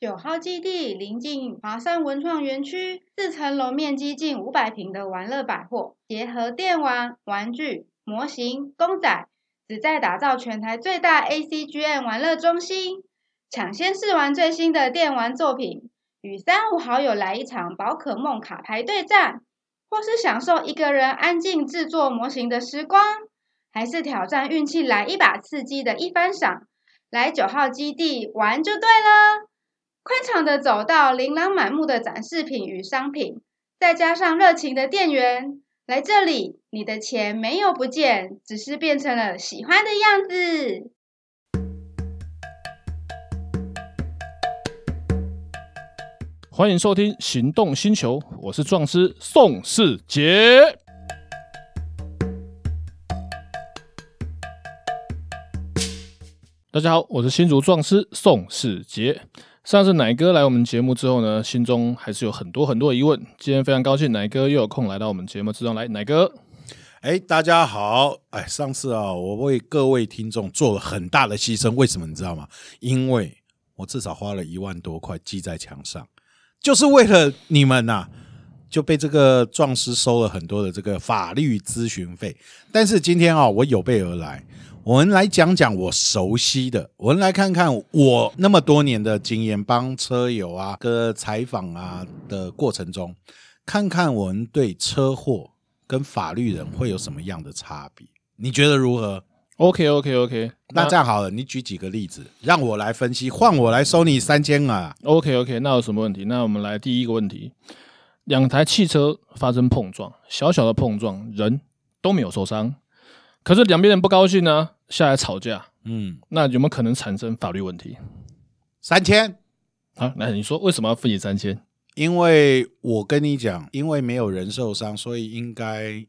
九号基地临近华山文创园区，四层楼面积近五百平的玩乐百货，结合电玩、玩具、模型、公仔，旨在打造全台最大 ACGN 玩乐中心。抢先试玩最新的电玩作品，与三五好友来一场宝可梦卡牌对战，或是享受一个人安静制作模型的时光，还是挑战运气来一把刺激的一番赏。来九号基地玩就对了。宽敞的走道，琳琅满目的展示品与商品，再加上热情的店员，来这里，你的钱没有不见，只是变成了喜欢的样子。欢迎收听《行动星球》，我是壮师宋世杰。大家好，我是新竹壮师宋世杰。上次奶哥来我们节目之后呢，心中还是有很多很多的疑问。今天非常高兴，奶哥又有空来到我们节目之中来。奶哥，哎，大家好！哎，上次啊，我为各位听众做了很大的牺牲，为什么你知道吗？因为我至少花了一万多块记在墙上，就是为了你们呐、就被这个壮师收了很多的这个法律咨询费。但是今天啊，我有备而来，我们来讲讲我熟悉的，我们来看看我那么多年的经验，帮车友啊、跟采访啊的过程中，看看我们对车祸跟法律人会有什么样的差别？你觉得如何？ ，OK OK OK，那这样好了，你举几个例子，让我来分析，换我来收你三千啊！ OK OK，那有什么问题？那我们来第一个问题：两台汽车发生碰撞，小小的碰撞，人都没有受伤，可是两边人不高兴呢，下来吵架，嗯，那有没有可能产生法律问题？三千，啊，那你说为什么要付你三千？因为我跟你讲，因为没有人受伤，所以应该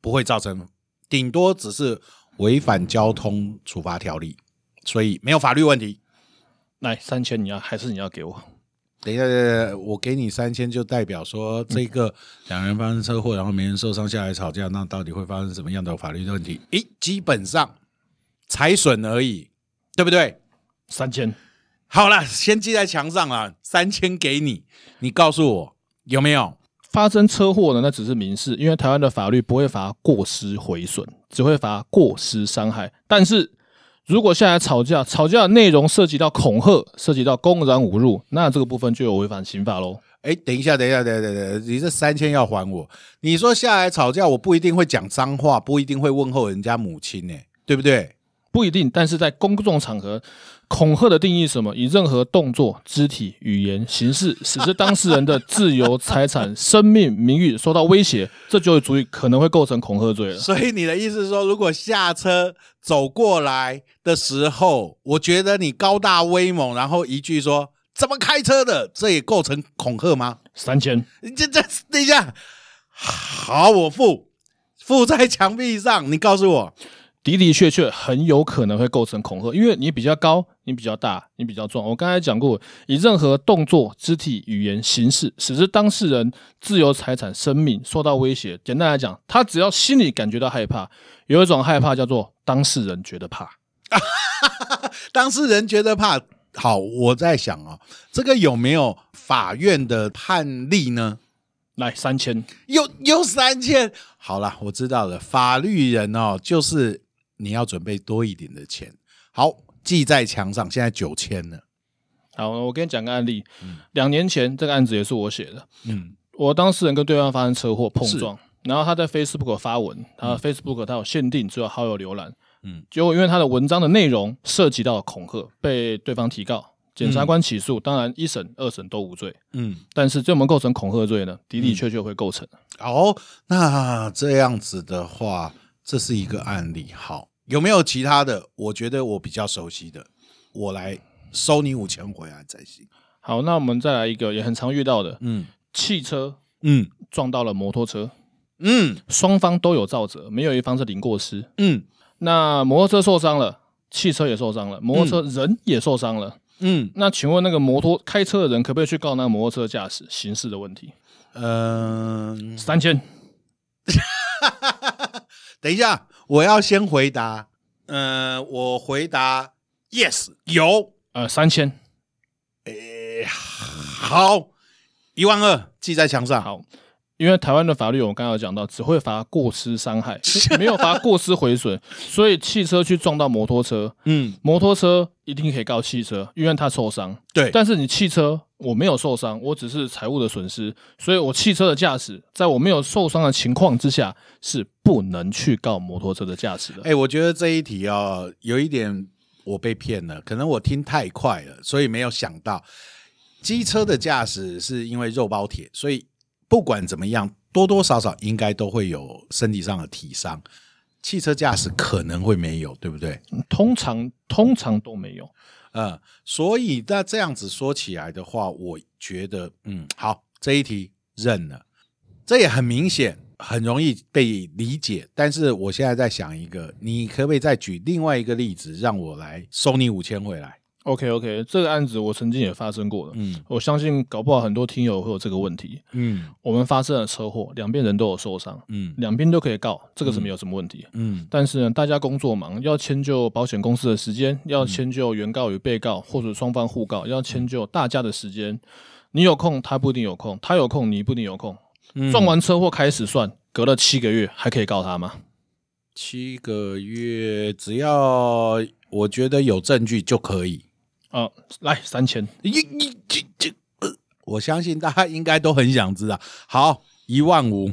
不会造成，顶多只是违反交通处罚条例，所以没有法律问题。来三千，你要还是你要给我？等一下，等一下我给你三千，就代表说这个两人发生车祸，然后没人受伤，下来吵架，那到底会发生什么样的法律问题？诶，基本上财损而已，对不对？三千，好啦，先记在墙上啦，三千给你，你告诉我有没有？发生车祸呢，那只是民事，因为台湾的法律不会罚过失毁损，只会罚过失伤害。但是如果下来吵架，吵架的内容涉及到恐吓，涉及到公然侮辱，那这个部分就有违反刑法喽。哎，等一下，等一下，等一下，等一下，你这三千要还我。你说下来吵架，我不一定会讲脏话，不一定会问候人家母亲呢、对不对？不一定，但是在公众场合，恐吓的定义是什么？以任何动作、肢体、语言、形式，使之当事人的自由、财产、生命、名誉受到威胁，这就足以可能会构成恐吓罪了。所以你的意思是说，如果下车走过来的时候，我觉得你高大威猛，然后一句说“怎么开车的”，这也构成恐吓吗？三千，你这这，等一下，好，我付，付在墙壁上。你告诉我，的的确确很有可能会构成恐吓，因为你比较高，你比较大，你比较壮。我刚才讲过，以任何动作、肢体、语言、形式，使之当事人自由、财产、生命受到威胁。简单来讲，他只要心里感觉到害怕，有一种害怕叫做当事人觉得怕。当事人觉得怕。好，我在想哦，这个有没有法院的判例呢？来三千，又又三千，好啦，我知道了。法律人哦，就是你要准备多一点的钱。好，记在墙上，现在九千了。好，我跟你讲个案例。两年前这个案子也是我写的，嗯，我当事人跟对方发生车祸碰撞，然后他在 Facebook 发文，他 Facebook 他有限定只有好友浏览，嗯，结果因为他的文章的内容涉及到恐吓，被对方提告，检察官起诉，当然一审、二审都无罪，嗯，但是这我们构成恐吓罪呢，的的确确会构成。哦，那这样子的话，这是一个案例。好，有没有其他的？我觉得我比较熟悉的，我来收你五千回来才行。好，那我们再来一个也很常遇到的，嗯汽车嗯撞到了摩托车，嗯双方都有肇责，没有一方是零过失。嗯那摩托车受伤了，汽车也受伤了，摩托车人也受伤了。嗯，那请问那个摩托开车的人可不可以去告那个摩托车驾驶刑事的问题？嗯、三千，等一下，我要先回答。呃，我回答 yes 有。呃，三千，诶，好，一万二记在墙上。好，因为台湾的法律我刚刚有讲到，只会罚过失伤 害，没有罚过失毁损，所以汽车去撞到摩托车，嗯，摩托车一定可以告汽车，因为它受伤。对，但是你汽车我没有受伤，我只是财务的损失，所以我汽车的驾驶在我没有受伤的情况之下是不能去告摩托车的驾驶的。哎、我觉得这一题哦，有一点我被骗了，可能我听太快了，所以没有想到机车的驾驶是因为肉包铁，所以不管怎么样，多多少少应该都会有身体上的体伤。汽车驾驶可能会没有，对不对？通常通常都没有。嗯，所以那这样子说起来的话，我觉得，嗯，好，这一题认了，这也很明显，很容易被理解。但是我现在在想一个，你可不可以再举另外一个例子，让我来收你五千回来？ OK OK，这个案子我曾经也发生过的，嗯我相信搞不好很多听友会有这个问题。嗯我们发生了车祸，两边人都有受伤，嗯两边都可以告，这个是没有什么问题。嗯但是呢，大家工作忙，要迁就保险公司的时间，嗯要迁就原告与被告，或者双方互告，要迁就大家的时间。你有空，他不一定有空；他有空，你不一定有空。嗯撞完车祸开始算，隔了七个月还可以告他吗？七个月，只要我觉得有证据就可以。啊、来三千，一一这这，呃我相信大家应该都很想知道。好，一万五。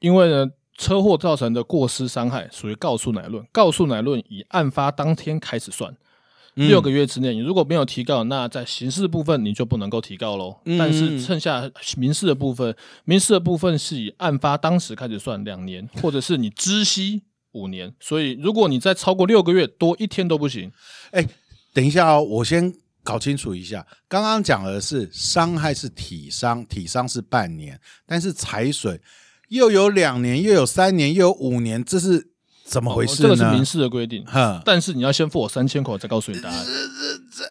因为呢，车祸造成的过失伤害属于告诉乃论，告诉乃论以案发当天开始算，嗯六个月之内，你如果没有提告，那在刑事部分你就不能够提告喽。嗯但是剩下民事的部分，民事的部分是以案发当时开始算两 年，或者是你知悉五年。所以如果你再超过六个月，多一天都不行。哎，等一下哦，我先搞清楚一下，刚刚讲的是伤害是体伤，体伤是半年，但是财损又有两年，又有三年，又有五年，这是怎么回事哦这呢？个是民事的规定，哼，但是你要先付我三千口，再告诉你答案。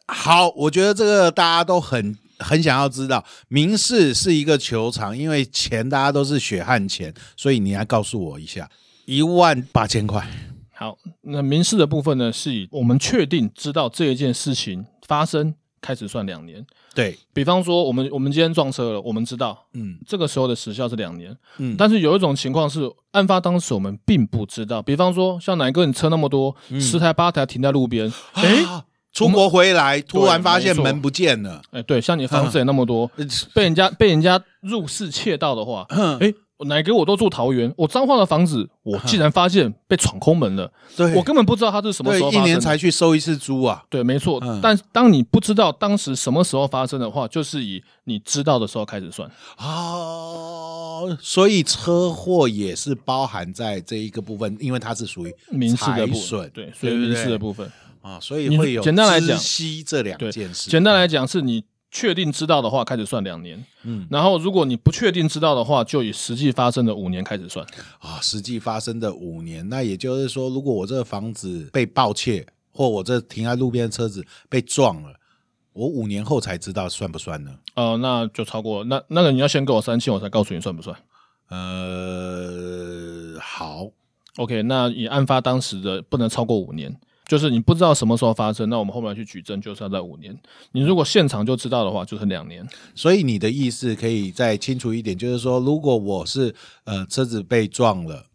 好，我觉得这个大家都很很想要知道，民事是一个球场，因为钱大家都是血汗钱，所以你来告诉我一下，一万八千块，好，那民事的部分呢，是以我们确定知道这一件事情发生开始算两年。对，比方说，我们我们今天撞车了，我们知道嗯这个时候的时效是两年，嗯，但是有一种情况是，案发当时我们并不知道。比方说，像奶哥，你车那么多，十台八台停在路边，哎、嗯啊出国回来突然发现对没错门不见了。哎、对，像你房子也那么多，呃被人家被人家入室窃盗的话，啊哎、奶哥我都住桃园，我彰化的房子，我竟然发现被闯空门了，对，我根本不知道它是什么对，时候一发生年的。才去收一次租啊。对，没错。嗯但当你不知道当时什么时候发生的话，就是以你知道的时候开始算。哦，所以车祸也是包含在这一个部分，因为它是属于民事的部财损，分，对，所以民事的部分，啊，所以你会有简单来讲知悉这两对，件事。简单来讲，是你确定知道的话，开始算两年。嗯然后，如果你不确定知道的话，就以实际发生的五年开始算。啊，实际发生的五年，那也就是说，如果我这个房子被盗窃，或我这停在路边的车子被撞了，我五年后才知道算不算呢？呃，那就超过那那个你要先给我三千，我才告诉你算不算。呃，好， OK，那以案发当时的不能超过五年，就是你不知道什么时候发生，那我们后面去举证就是要在五年。你如果现场就知道的话，就是两年。所以你的意思可以再清楚一点，就是说，如果我是呃车子被撞了，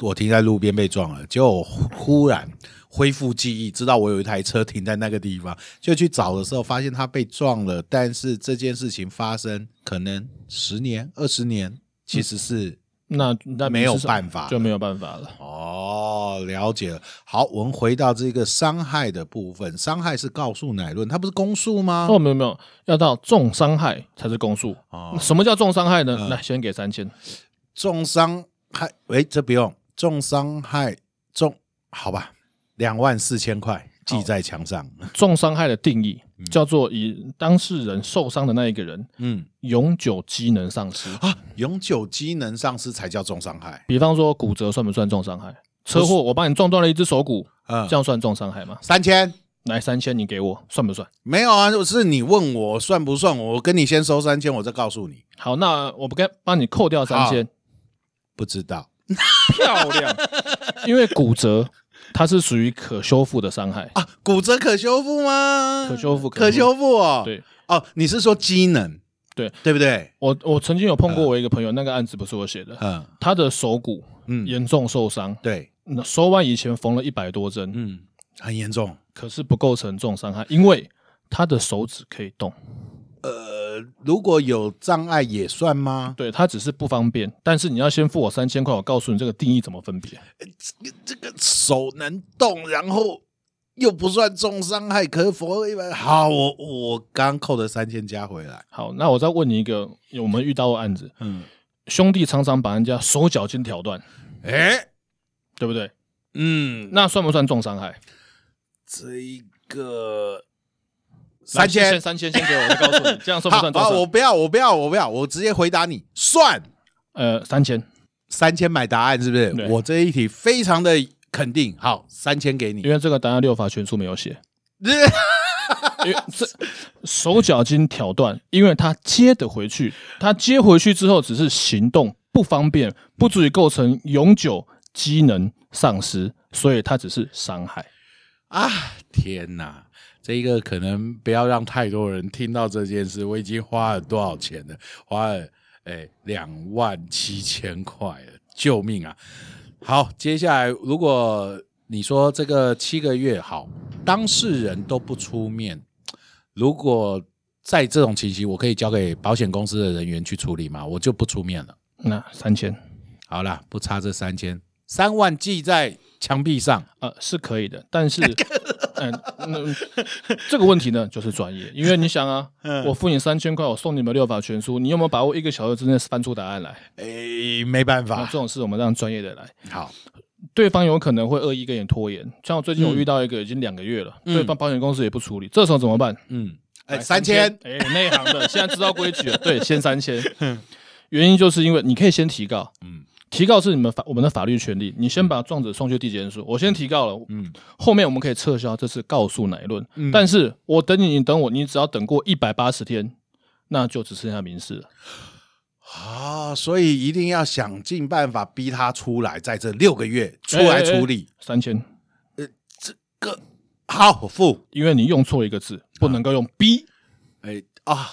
我停在路边被撞了，结果我忽忽然恢复记忆，知道我有一台车停在那个地方，就去找的时候发现它被撞了，但是这件事情发生可能十年、二十年，其实是、那嗯那没有民事上办法就没有办法了。哦，了解了。好，我们回到这个伤害的部分，伤害是告诉乃论，它不是公诉吗？哦，没有没有，要到重伤害才是公诉。哦嗯什么叫重伤害呢？来，先给三千。重伤害，喂，这不用重伤害重，好吧，两万四千块记在墙上。重伤害的定义叫做以当事人受伤的那一个人嗯永久机能丧失。啊，永久机能丧失才叫重伤害。比方说骨折算不算重伤害？车祸我帮你撞断了一只手骨，嗯这，样算重伤害吗？三千来三千，你给我算不算？没有啊，是你问我算不算，我跟你先收三千，我再告诉你。好，那我不该帮你扣掉三千，不知道，漂亮。 因为骨折它是属于可修复的伤害，啊，骨折可修复吗？可修复可可修修复哦。对，哦，你是说机能对对不对？我我曾经有碰过我一个朋友，那个案子不是我写的，嗯他的手骨嗯，严重受伤，对，那手腕以前缝了一百多针，嗯，很严重。可是不构成重伤害，因为他的手指可以动，呃，如果有障碍也算吗？对他只是不方便。但是你要先付我三千块，我告诉你这个定义怎么分别。这个手能动，然后又不算重伤害，可是佛一般好，我我刚扣的三千加回来，好，那我再问你一个我们遇到的案子，嗯，兄弟常常把人家手脚筋挑断，哎，对不对？嗯，那算不算重伤害？这一个来三千先三千先给我，我再告诉 你，这样算不好算重好，伤我害？不要，我不要，我不要，我直接回答你，算呃，三千，三千买答案是不是对？我这一题非常的肯定，好，三千给你因。为这个答案六法全书没有写。因为这手脚筋挑断，因为他接得回去，他接回去之后只是行动不方便，不足以构成永久机能丧失，所以他只是伤害。啊，天哪！这一个可能不要让太多人听到这件事。我已经花了多少钱了？花了哎两万七千块了，救命啊！好，接下来如果你说这个七个月好，当事人都不出面，如果在这种情形，我可以交给保险公司的人员去处理吗？我就不出面了。那三千好啦，不差这三千，三万记在墙壁上。呃是可以的，但是 嗯、嗯这个问题呢就是专业，因为你想啊，我付你三千块，我送你们六法全书，你有没有把握一个小时之内翻出答案来？哎，没办那法这。种事我们让专业的来。好，对方有可能会恶意跟你拖延，像我最近我遇到一个已经两个月了，嗯对方保险公司也不处理，这时候怎么办？嗯，哎，来三千。，哎，内行 的现在知道规矩了，对，先三千。原因就是因为你可以先提告，嗯嗯，提告是你们法我们的法律权利，你先把状子送去地检署，我先提告了，嗯嗯，后面我们可以撤销这次告诉乃论，嗯但是我等你，你等我，你只要等过一百八十天，那就只剩下民事了。啊、所以一定要想尽办法逼他出来，在这六个月出来处理。三千，个好，我付。因为你用错一个字，不能够用逼。哎啊，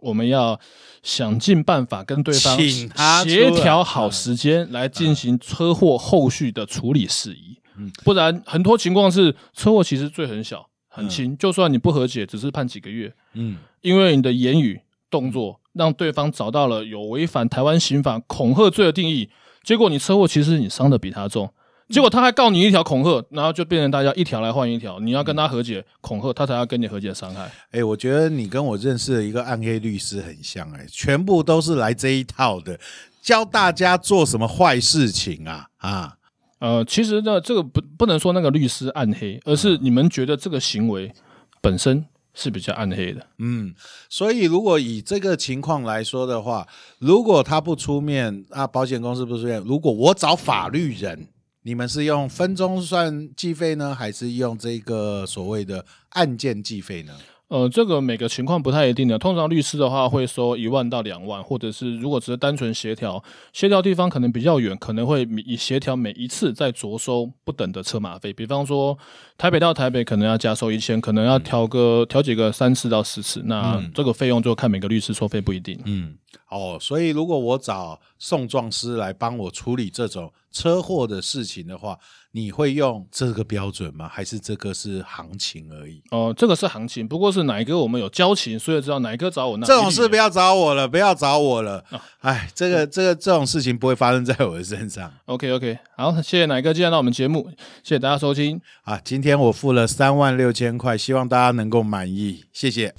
我们要想尽办法跟对方请他出来协嗯调好时间来进行车祸后续的处理事宜。嗯不然很多情况是车祸其实罪很小很轻，就算你不和解，只是判几个月，嗯因为你的言语动作让对方找到了有违反台湾刑法恐吓罪的定义，结果你车祸其实你伤的比他重。嗯结果他还告你一条恐吓，然后就变成大家一条来换一条，你要跟他和解恐吓，他才要跟你和解伤害。哎、我觉得你跟我认识的一个暗黑律师很像、哎，全部都是来这一套的，教大家做什么坏事情啊啊！呃，其实呢，这个不不能说那个律师暗黑，而嗯是你们觉得这个行为本身是比较暗黑的。嗯，所以如果以这个情况来说的话，如果他不出面，啊，保险公司不出面，如果我找法律人，你们是用分钟算计费呢，还是用这个所谓的案件计费呢？呃，这个每个情况不太一定的。通常律师的话会收一万到两万，或者是如果只是单纯协调，协调地方可能比较远，可能会以协调每一次再着收不等的车马费。比方说台北到台北可能要加收一千，可能嗯要调个调解个三次到四次，那这个费用就看每个律师收费不一定。嗯，哦，所以如果我找送状师来帮我处理这种车祸的事情的话，你会用这个标准吗？还是这个是行情而已？哦、这个是行情，不过是哪一个我们有交情，所以知道哪一个找我那这种一定事有不要找我了，不要找我了。哎，这个这个这种事情不会发生在我的身上。 OK OK，好，谢谢奶哥今天来到我们节目，谢谢大家收听。啊，今天我付了三万六千块，希望大家能够满意，谢谢。